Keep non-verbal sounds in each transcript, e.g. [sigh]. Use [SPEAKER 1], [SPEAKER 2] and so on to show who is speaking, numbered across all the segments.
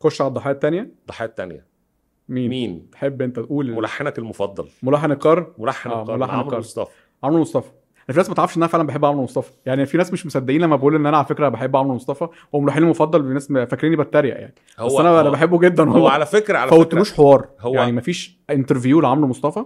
[SPEAKER 1] خش على الضحايا التانية
[SPEAKER 2] ضحايا التانية
[SPEAKER 1] مين؟
[SPEAKER 2] مين
[SPEAKER 1] تحب انت تقول
[SPEAKER 2] ملحنك المفضل
[SPEAKER 1] ملحن القرن
[SPEAKER 2] ملحن
[SPEAKER 1] آه،
[SPEAKER 2] القرن
[SPEAKER 1] ملحن
[SPEAKER 2] عمرو
[SPEAKER 1] القرن.
[SPEAKER 2] مصطفى
[SPEAKER 1] عمرو مصطفى انا في ناس ما تعرفش ان انا فعلا بحب عمرو مصطفى يعني في ناس مش مصدقين لما بقول ان انا على فكره بحب عمرو مصطفى هو ملحني المفضل الناس فاكريني بتريق يعني بس
[SPEAKER 2] هو
[SPEAKER 1] انا انا
[SPEAKER 2] هو-
[SPEAKER 1] بحبه جدا
[SPEAKER 2] هو
[SPEAKER 1] والله
[SPEAKER 2] على فكرة على فكرة
[SPEAKER 1] فوتلوش حوار
[SPEAKER 2] هو-
[SPEAKER 1] هو يعني مفيش انترفيو لعمرو مصطفى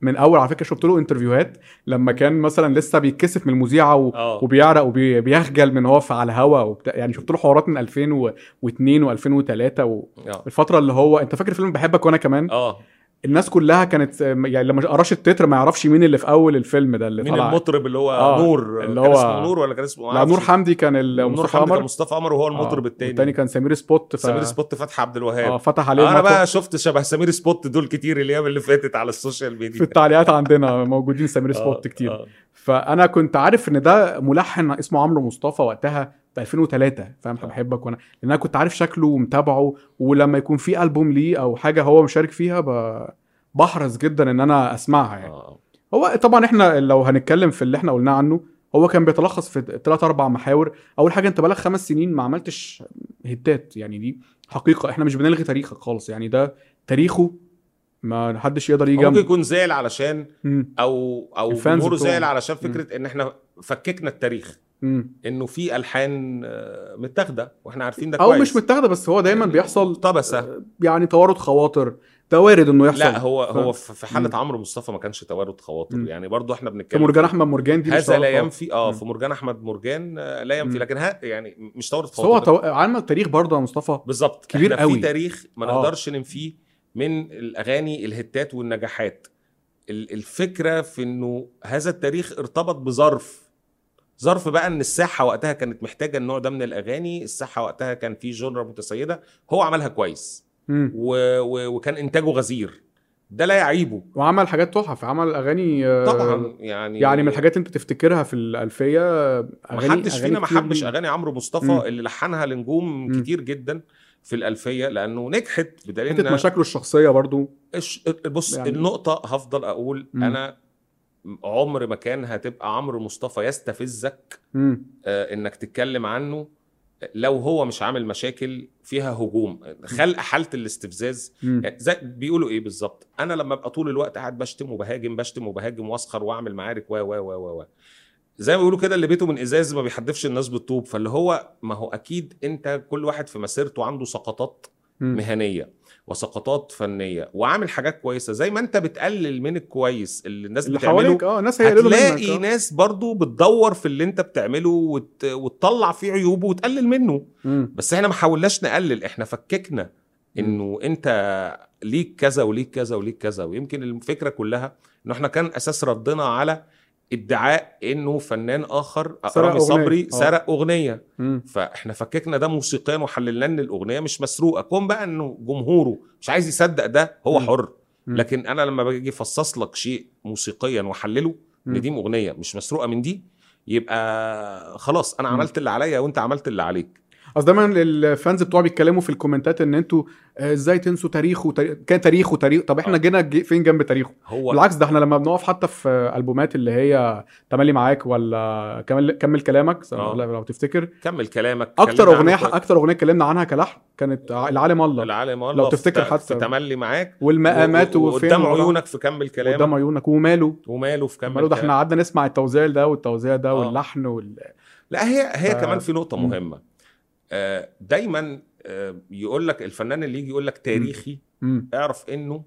[SPEAKER 1] من اول على فكره شفت له انترفيوهات لما كان مثلا لسه بيتكسف من المذيعه و...
[SPEAKER 2] اه
[SPEAKER 1] وبيعرق وبيخجل من هو في على الهوا وبتاع يعني شفت له حوارات من 2002 و2003
[SPEAKER 2] آه.
[SPEAKER 1] والفتره اللي هو انت فاكر فيلم بحبك وانا كمان
[SPEAKER 2] اه
[SPEAKER 1] الناس كلها كانت آه، يعني لما قراش التتر ما يعرفش مين اللي في اول الفيلم ده اللي
[SPEAKER 2] مين
[SPEAKER 1] طلع
[SPEAKER 2] المطرب اللي هو
[SPEAKER 1] آه،
[SPEAKER 2] نور
[SPEAKER 1] اللي
[SPEAKER 2] كان
[SPEAKER 1] هو-
[SPEAKER 2] اسمه نور ولا كان اسمه آه،
[SPEAKER 1] لا نور حمدي كان ال-
[SPEAKER 2] نور
[SPEAKER 1] مصطفى
[SPEAKER 2] حمدي كان
[SPEAKER 1] قمر
[SPEAKER 2] مصطفى قمر وهو المطرب
[SPEAKER 1] آه،
[SPEAKER 2] التاني
[SPEAKER 1] والتاني كان آه. سمير سبوت ف...
[SPEAKER 2] سمير سبوت فتحي عبد الوهاب
[SPEAKER 1] اه فتح عليه
[SPEAKER 2] انا
[SPEAKER 1] مطرب.
[SPEAKER 2] بقى شفت شبه سمير سبوت دول كتير الايام اللي فاتت على السوشيال
[SPEAKER 1] في
[SPEAKER 2] ميديا
[SPEAKER 1] التعليقات عندنا موجودين سمير سبوت
[SPEAKER 2] آه،
[SPEAKER 1] كتير
[SPEAKER 2] آه.
[SPEAKER 1] فانا كنت عارف ان ده ملحن اسمه عمرو مصطفى وقتها في 2003 فاهم
[SPEAKER 2] آه.
[SPEAKER 1] بحبك وانا لان انا كنت عارف شكله ومتابعه ولما يكون في البوم ليه او حاجه هو مشارك فيها ب... بحرص جدا ان انا اسمعها يعني
[SPEAKER 2] آه.
[SPEAKER 1] هو طبعا احنا لو هنتكلم في اللي احنا قلناه عنه هو كان بيتلخص في ثلاث اربع محاور اول حاجه انت بقالك خمس سنين ما عملتش هتات يعني دي حقيقه احنا مش بنلغي تاريخك خالص يعني ده تاريخه ما حدش يقدر يجي
[SPEAKER 2] هو ممكن
[SPEAKER 1] جنبه
[SPEAKER 2] يكون زعل علشان
[SPEAKER 1] مم.
[SPEAKER 2] او او
[SPEAKER 1] الفانز
[SPEAKER 2] جمهوره
[SPEAKER 1] بتوعه.
[SPEAKER 2] زعل علشان فكره ان احنا فككنا التاريخ
[SPEAKER 1] مم.
[SPEAKER 2] انه في الحان آه، متاخده واحنا عارفين ده
[SPEAKER 1] او
[SPEAKER 2] كويس
[SPEAKER 1] مش متاخده بس هو دايما بيحصل
[SPEAKER 2] طبسه
[SPEAKER 1] يعني توارد خواطر ده وارد انه يحصل
[SPEAKER 2] لا هو
[SPEAKER 1] ف-
[SPEAKER 2] هو في في حاله
[SPEAKER 1] مم.
[SPEAKER 2] عمرو مصطفى ما كانش توارد خواطر
[SPEAKER 1] مم.
[SPEAKER 2] يعني برضو احنا بنتكلم
[SPEAKER 1] مرجان احمد مرجان دي مش
[SPEAKER 2] هذا لا
[SPEAKER 1] توارد خواطر.
[SPEAKER 2] ينفي اه
[SPEAKER 1] مم.
[SPEAKER 2] في مرجان احمد مرجان آه، لا ينفي
[SPEAKER 1] مم.
[SPEAKER 2] لكن ها يعني مش توارد
[SPEAKER 1] بس هو
[SPEAKER 2] خواطر
[SPEAKER 1] تو... عمل تاريخ برضه يا مصطفى
[SPEAKER 2] بالظبط
[SPEAKER 1] كبير
[SPEAKER 2] احنا في
[SPEAKER 1] قوي.
[SPEAKER 2] تاريخ ما
[SPEAKER 1] آه.
[SPEAKER 2] نقدرش ننفيه من الاغاني الهتات والنجاحات ال- الفكره في انه هذا التاريخ ارتبط بظرف ظرف بقى ان الساحه وقتها كانت محتاجه النوع ده من الاغاني الساحه وقتها كان في جنرا متسيده هو عملها كويس
[SPEAKER 1] مم.
[SPEAKER 2] و... و... وكان انتاجه غزير ده لا يعيبه
[SPEAKER 1] وعمل حاجات تحف عمل اغاني آه،
[SPEAKER 2] طبعا يعني
[SPEAKER 1] يعني من الحاجات اللي انت تفتكرها في الالفيه آه، اغاني
[SPEAKER 2] ما حدش
[SPEAKER 1] أغاني
[SPEAKER 2] فينا ما
[SPEAKER 1] كتير
[SPEAKER 2] حبش
[SPEAKER 1] ليه.
[SPEAKER 2] اغاني عمرو مصطفى
[SPEAKER 1] مم.
[SPEAKER 2] اللي لحنها لنجوم
[SPEAKER 1] مم.
[SPEAKER 2] كتير جدا في الالفيه لانه نجحت بدليل
[SPEAKER 1] حته
[SPEAKER 2] إنها-
[SPEAKER 1] مشاكله الشخصيه برضه
[SPEAKER 2] إيش- بص يعني
[SPEAKER 1] يعني-
[SPEAKER 2] النقطة هفضل أقول
[SPEAKER 1] مم.
[SPEAKER 2] أنا عمر ما كان هتبقى عمرو مصطفى يستفزك
[SPEAKER 1] مم.
[SPEAKER 2] آه، إنك تتكلم عنه لو هو مش عامل مشاكل فيها هجوم خلق حالة الاستفزاز
[SPEAKER 1] مم.
[SPEAKER 2] يعني زي بيقولوا إيه بالظبط أنا لما أبقى طول الوقت قاعد بشتم وبهاجم بشتم وبهاجم وأسخر وأعمل معارك و و و و زي ما بيقولوا كده اللي بيته من ازاز ما بيحدفش الناس بالطوب فاللي هو ما هو اكيد انت كل واحد في مسيرته عنده سقطات
[SPEAKER 1] مم.
[SPEAKER 2] مهنيه وسقطات فنيه وعامل حاجات كويسه زي ما انت بتقلل من الكويس اللي الناس
[SPEAKER 1] اللي
[SPEAKER 2] بتعمله
[SPEAKER 1] حواليك اه الناس هيقللوا منك
[SPEAKER 2] هتلاقي
[SPEAKER 1] آه.
[SPEAKER 2] ناس برضو بتدور في اللي انت بتعمله وت... وتطلع فيه عيوبه وتقلل منه
[SPEAKER 1] مم.
[SPEAKER 2] بس احنا ما حاولناش نقلل احنا فككنا انه انت ليك كذا وليك كذا وليك كذا ويمكن الفكره كلها انه احنا كان اساس ردنا على ادعاء انه فنان اخر
[SPEAKER 1] سرق
[SPEAKER 2] رامي
[SPEAKER 1] أغنية.
[SPEAKER 2] صبري
[SPEAKER 1] آه.
[SPEAKER 2] سرق اغنيه
[SPEAKER 1] مم.
[SPEAKER 2] فاحنا فككنا ده موسيقيا وحللنا ان الاغنيه مش مسروقه كون بقى انه جمهوره مش عايز يصدق ده هو
[SPEAKER 1] مم.
[SPEAKER 2] حر
[SPEAKER 1] مم.
[SPEAKER 2] لكن انا لما باجي افصص لك شيء موسيقيا واحلله ان
[SPEAKER 1] مم.
[SPEAKER 2] دي اغنيه مش مسروقه من دي يبقى خلاص انا
[SPEAKER 1] مم.
[SPEAKER 2] عملت اللي عليا وانت عملت اللي عليك
[SPEAKER 1] اصل دايما الفانز بتوع بيتكلموا في الكومنتات ان انتوا آه، ازاي تنسوا تاريخه تاريخ... كان تاريخه تاريخ طب احنا
[SPEAKER 2] آه.
[SPEAKER 1] جينا جي- فين جنب تاريخه
[SPEAKER 2] هو
[SPEAKER 1] بالعكس ده احنا لما بنقف حتى في البومات اللي هي تملي معاك ولا كمل كمل كلامك سواء
[SPEAKER 2] آه.
[SPEAKER 1] لو تفتكر
[SPEAKER 2] كمل كلامك
[SPEAKER 1] اكتر
[SPEAKER 2] كلمنا
[SPEAKER 1] اغنيه
[SPEAKER 2] عنه
[SPEAKER 1] اكتر اغنيه اتكلمنا عنها كلحن كانت ع- العالم
[SPEAKER 2] كويس.
[SPEAKER 1] الله
[SPEAKER 2] العالم الله
[SPEAKER 1] لو
[SPEAKER 2] في
[SPEAKER 1] تفتكر
[SPEAKER 2] ت-
[SPEAKER 1] حتى.
[SPEAKER 2] في تملي معاك
[SPEAKER 1] والمقامات
[SPEAKER 2] و- و-
[SPEAKER 1] وفين
[SPEAKER 2] قدام
[SPEAKER 1] ورا-
[SPEAKER 2] عيونك في
[SPEAKER 1] قدام
[SPEAKER 2] كمل كلامك
[SPEAKER 1] عيونك وماله
[SPEAKER 2] وماله في كمل
[SPEAKER 1] وماله ده احنا
[SPEAKER 2] كلامك.
[SPEAKER 1] قعدنا نسمع التوزيع ده والتوزيع ده
[SPEAKER 2] آه.
[SPEAKER 1] واللحن وال...
[SPEAKER 2] لا هي هي
[SPEAKER 1] ف-
[SPEAKER 2] كمان في نقطة
[SPEAKER 1] مم.
[SPEAKER 2] مهمة آه، دايما آه، يقول لك الفنان اللي يجي يقول لك تاريخي
[SPEAKER 1] مم.
[SPEAKER 2] اعرف انه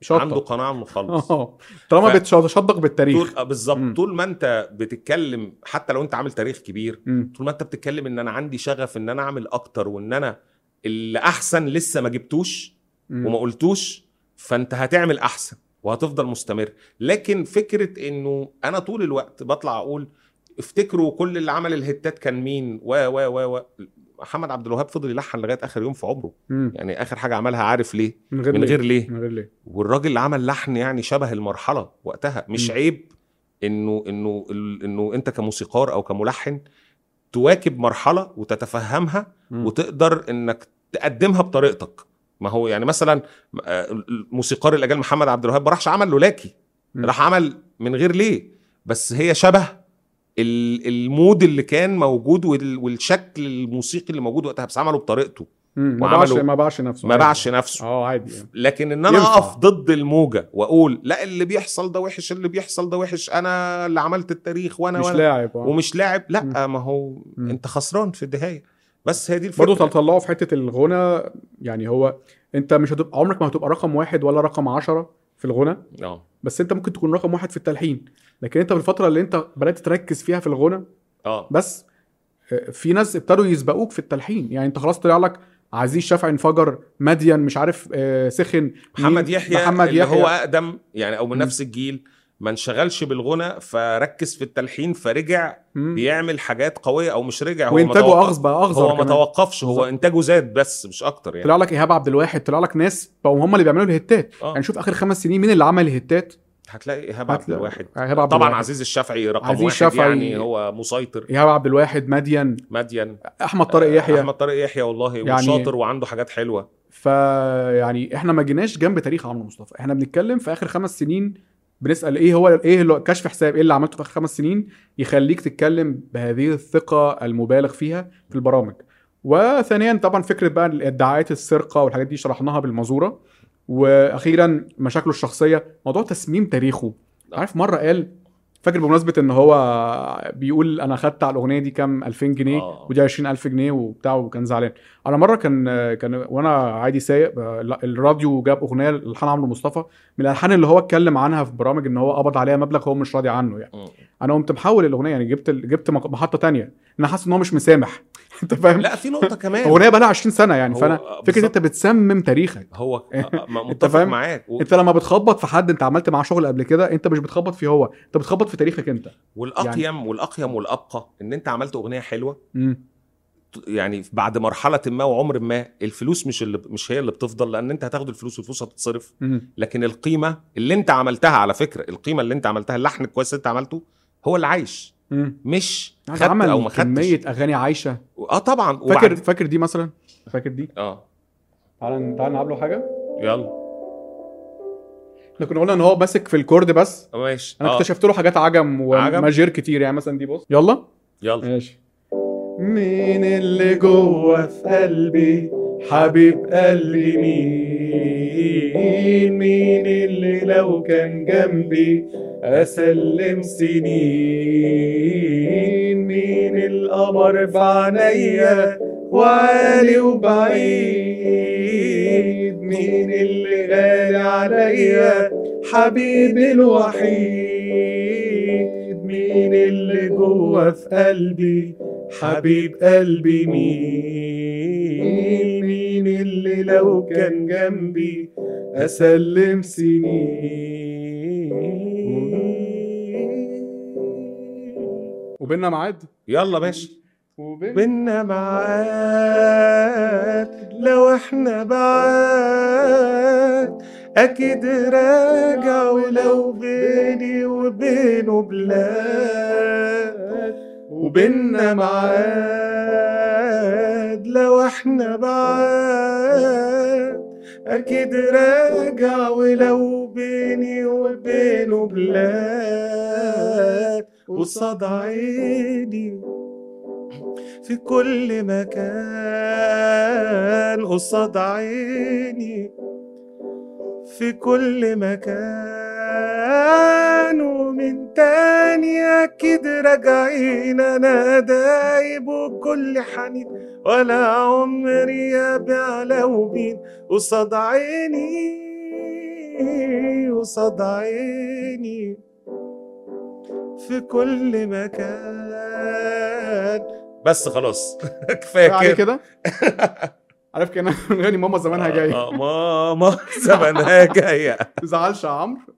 [SPEAKER 1] شطة.
[SPEAKER 2] عنده قناعة انه
[SPEAKER 1] [laughs]
[SPEAKER 2] خلص
[SPEAKER 1] اه طالما
[SPEAKER 2] ف-
[SPEAKER 1] بتشدق
[SPEAKER 2] طول
[SPEAKER 1] بالتاريخ
[SPEAKER 2] آه، بالظبط
[SPEAKER 1] مم.
[SPEAKER 2] طول ما انت بتتكلم حتى لو انت عامل تاريخ كبير
[SPEAKER 1] مم.
[SPEAKER 2] طول ما انت بتتكلم ان انا عندي شغف ان انا اعمل اكتر وان انا اللي احسن لسه ما جبتوش
[SPEAKER 1] مم.
[SPEAKER 2] وما قلتوش فانت هتعمل احسن وهتفضل مستمر لكن فكره انه انا طول الوقت بطلع اقول افتكروا كل اللي عمل الهتات كان مين و و و و محمد عبد الوهاب فضل يلحن لغايه اخر يوم في عمره
[SPEAKER 1] مم.
[SPEAKER 2] يعني اخر حاجه عملها عارف ليه
[SPEAKER 1] من غير
[SPEAKER 2] من غير ليه
[SPEAKER 1] من غير ليه
[SPEAKER 2] والراجل اللي عمل لحن يعني شبه المرحله وقتها مش
[SPEAKER 1] م.
[SPEAKER 2] عيب انه انه ال- انه انت كموسيقار او كملحن تواكب مرحله وتتفهمها
[SPEAKER 1] مم.
[SPEAKER 2] وتقدر انك تقدمها بطريقتك ما هو يعني مثلا آه، الموسيقار الاجال محمد عبد الوهاب ما راحش عمل لولاكي
[SPEAKER 1] م.
[SPEAKER 2] راح عمل من غير ليه بس هي شبه ال- المود اللي كان موجود وال- والشكل الموسيقي اللي موجود وقتها بس عمله بطريقته
[SPEAKER 1] مم. ما باعش
[SPEAKER 2] وعملوا-
[SPEAKER 1] ما باعش نفسه
[SPEAKER 2] ما
[SPEAKER 1] عادي.
[SPEAKER 2] باعش نفسه
[SPEAKER 1] اه عادي يعني.
[SPEAKER 2] لكن ان انا
[SPEAKER 1] ينفع.
[SPEAKER 2] اقف ضد الموجه واقول لا اللي بيحصل ده وحش اللي بيحصل ده وحش انا اللي عملت التاريخ وانا
[SPEAKER 1] مش
[SPEAKER 2] وانا
[SPEAKER 1] لاعب آه.
[SPEAKER 2] ومش لاعب لا ما هو
[SPEAKER 1] مم.
[SPEAKER 2] انت خسران في النهايه بس هي دي الفكره
[SPEAKER 1] برضه طلعوا في حته الغنى يعني هو انت مش هتبقى عمرك ما هتبقى رقم واحد ولا رقم عشرة في الغنى
[SPEAKER 2] اه
[SPEAKER 1] بس انت ممكن تكون رقم واحد في التلحين لكن انت في الفتره اللي انت بدات تركز فيها في الغنى
[SPEAKER 2] اه
[SPEAKER 1] بس آه، في ناس ابتدوا يسبقوك في التلحين يعني انت خلاص طلع لك عزيز شافعي انفجر مديان مش عارف آه، سخن
[SPEAKER 2] محمد
[SPEAKER 1] مين؟
[SPEAKER 2] يحيى
[SPEAKER 1] محمد
[SPEAKER 2] اللي
[SPEAKER 1] يحيى
[SPEAKER 2] هو اقدم يعني او من
[SPEAKER 1] مم.
[SPEAKER 2] نفس الجيل ما انشغلش بالغنى فركز في التلحين فرجع
[SPEAKER 1] مم.
[SPEAKER 2] بيعمل حاجات قويه او مش رجع هو
[SPEAKER 1] وانتاجه
[SPEAKER 2] متوقف-
[SPEAKER 1] اغز بقى اغزر
[SPEAKER 2] هو ما
[SPEAKER 1] كمان.
[SPEAKER 2] توقفش هو
[SPEAKER 1] بالظبط.
[SPEAKER 2] انتاجه زاد بس مش اكتر يعني
[SPEAKER 1] طلع لك ايهاب عبد الواحد طلع لك ناس بقوا هم اللي بيعملوا الهتات
[SPEAKER 2] آه.
[SPEAKER 1] يعني شوف اخر خمس سنين مين اللي عمل الهتات
[SPEAKER 2] هتلاقي ايهاب
[SPEAKER 1] هتلاقي
[SPEAKER 2] عبد الواحد
[SPEAKER 1] إيهاب عبد
[SPEAKER 2] طبعا
[SPEAKER 1] الواحد.
[SPEAKER 2] عزيز الشافعي رقم
[SPEAKER 1] عزيز
[SPEAKER 2] واحد
[SPEAKER 1] شافعي-
[SPEAKER 2] يعني هو مسيطر
[SPEAKER 1] ايهاب عبد الواحد مديان
[SPEAKER 2] مدين
[SPEAKER 1] احمد
[SPEAKER 2] آه،
[SPEAKER 1] طارق يحيى
[SPEAKER 2] احمد طارق يحيى والله
[SPEAKER 1] يعني-
[SPEAKER 2] وشاطر وعنده حاجات حلوه
[SPEAKER 1] فيعني يعني احنا ما جيناش جنب تاريخ عمرو مصطفى احنا بنتكلم في اخر خمس سنين بنسال ايه هو ايه اللي كشف حساب ايه اللي عملته في اخر خمس سنين يخليك تتكلم بهذه الثقه المبالغ فيها في البرامج وثانيا طبعا فكره بقى ادعاءات السرقه والحاجات دي شرحناها بالمزوره واخيرا مشاكله الشخصيه موضوع تسميم تاريخه عارف مره قال فاكر بمناسبه ان هو بيقول انا خدت على الاغنيه دي كام 2000 جنيه
[SPEAKER 2] آه.
[SPEAKER 1] ودي 20000 جنيه وبتاع وكان زعلان انا مره كان كان وانا عادي سايق آه، لا، الراديو جاب اغنيه لالحان عمرو مصطفى من الالحان اللي هو اتكلم عنها في برامج ان هو قبض عليها مبلغ هو مش راضي عنه يعني
[SPEAKER 2] مم.
[SPEAKER 1] انا قمت محول الاغنيه يعني جبت ال- جبت مق- محطه تانية انا حاسس ان هو مش مسامح [laughs] انت فاهم
[SPEAKER 2] لا في نقطه كمان
[SPEAKER 1] اغنيه بقى لها 20 سنه يعني
[SPEAKER 2] هو-
[SPEAKER 1] فانا
[SPEAKER 2] آه،
[SPEAKER 1] فكره
[SPEAKER 2] بالظبط.
[SPEAKER 1] انت بتسمم تاريخك
[SPEAKER 2] هو آه، آه، متفق
[SPEAKER 1] فاهم؟
[SPEAKER 2] معاك و-
[SPEAKER 1] انت لما بتخبط في حد انت عملت معاه شغل قبل كده انت مش بتخبط فيه هو انت بتخبط في تاريخك انت
[SPEAKER 2] والاقيم
[SPEAKER 1] يعني-
[SPEAKER 2] والاقيم والابقى ان انت عملت اغنيه حلوه
[SPEAKER 1] امم
[SPEAKER 2] يعني بعد مرحله ما وعمر ما الفلوس مش اللي مش هي اللي بتفضل لان انت هتاخد الفلوس والفلوس هتتصرف
[SPEAKER 1] امم
[SPEAKER 2] لكن القيمه اللي انت عملتها على فكره القيمه اللي انت عملتها اللحن الكويس اللي انت عملته هو اللي عايش
[SPEAKER 1] امم
[SPEAKER 2] مش خدت
[SPEAKER 1] عمل
[SPEAKER 2] او ما خدتش
[SPEAKER 1] كميه اغاني عايشه
[SPEAKER 2] اه طبعا
[SPEAKER 1] فاكر
[SPEAKER 2] وبعد-
[SPEAKER 1] فاكر دي مثلا فاكر دي
[SPEAKER 2] اه
[SPEAKER 1] تعال تعال نقابله حاجه
[SPEAKER 2] يلا
[SPEAKER 1] احنا كنا قلنا ان هو ماسك في الكورد بس
[SPEAKER 2] ماشي
[SPEAKER 1] انا
[SPEAKER 2] آه.
[SPEAKER 1] اكتشفت له حاجات عجم
[SPEAKER 2] عجم.
[SPEAKER 1] وماجير كتير يعني مثلا دي بص يلا
[SPEAKER 2] يلا
[SPEAKER 1] ماشي مين اللي جوه في قلبي حبيب قلبي مين مين اللي لو كان جنبي اسلم سنين مين القمر في عينيا وعالي وبعيد مين اللي غالي عليا حبيبي الوحيد مين اللي جوه في قلبي حبيب قلبي مين مين اللي لو كان جنبي اسلم سنين وبيننا ميعاد
[SPEAKER 2] يلا ماشي
[SPEAKER 1] وبين
[SPEAKER 2] بينا معاد لو احنا بعاد اكيد راجع ولو بيني وبينه بلاد وبينا معاد لو احنا بعاد اكيد راجع ولو بيني وبينه بلاد قصاد عيني في كل مكان قصاد عيني في كل مكان ومن تاني اكيد راجعين انا دايب وكل حنين ولا عمري ابيع لو بين قصاد عيني قصاد عيني في كل مكان بس خلاص [laughs] كفايه
[SPEAKER 1] عليه
[SPEAKER 2] كده
[SPEAKER 1] يعني كده عارف كان غني ماما زمانها جايه
[SPEAKER 2] آه، ماما زمانها جايه
[SPEAKER 1] ما تزعلش يا عمرو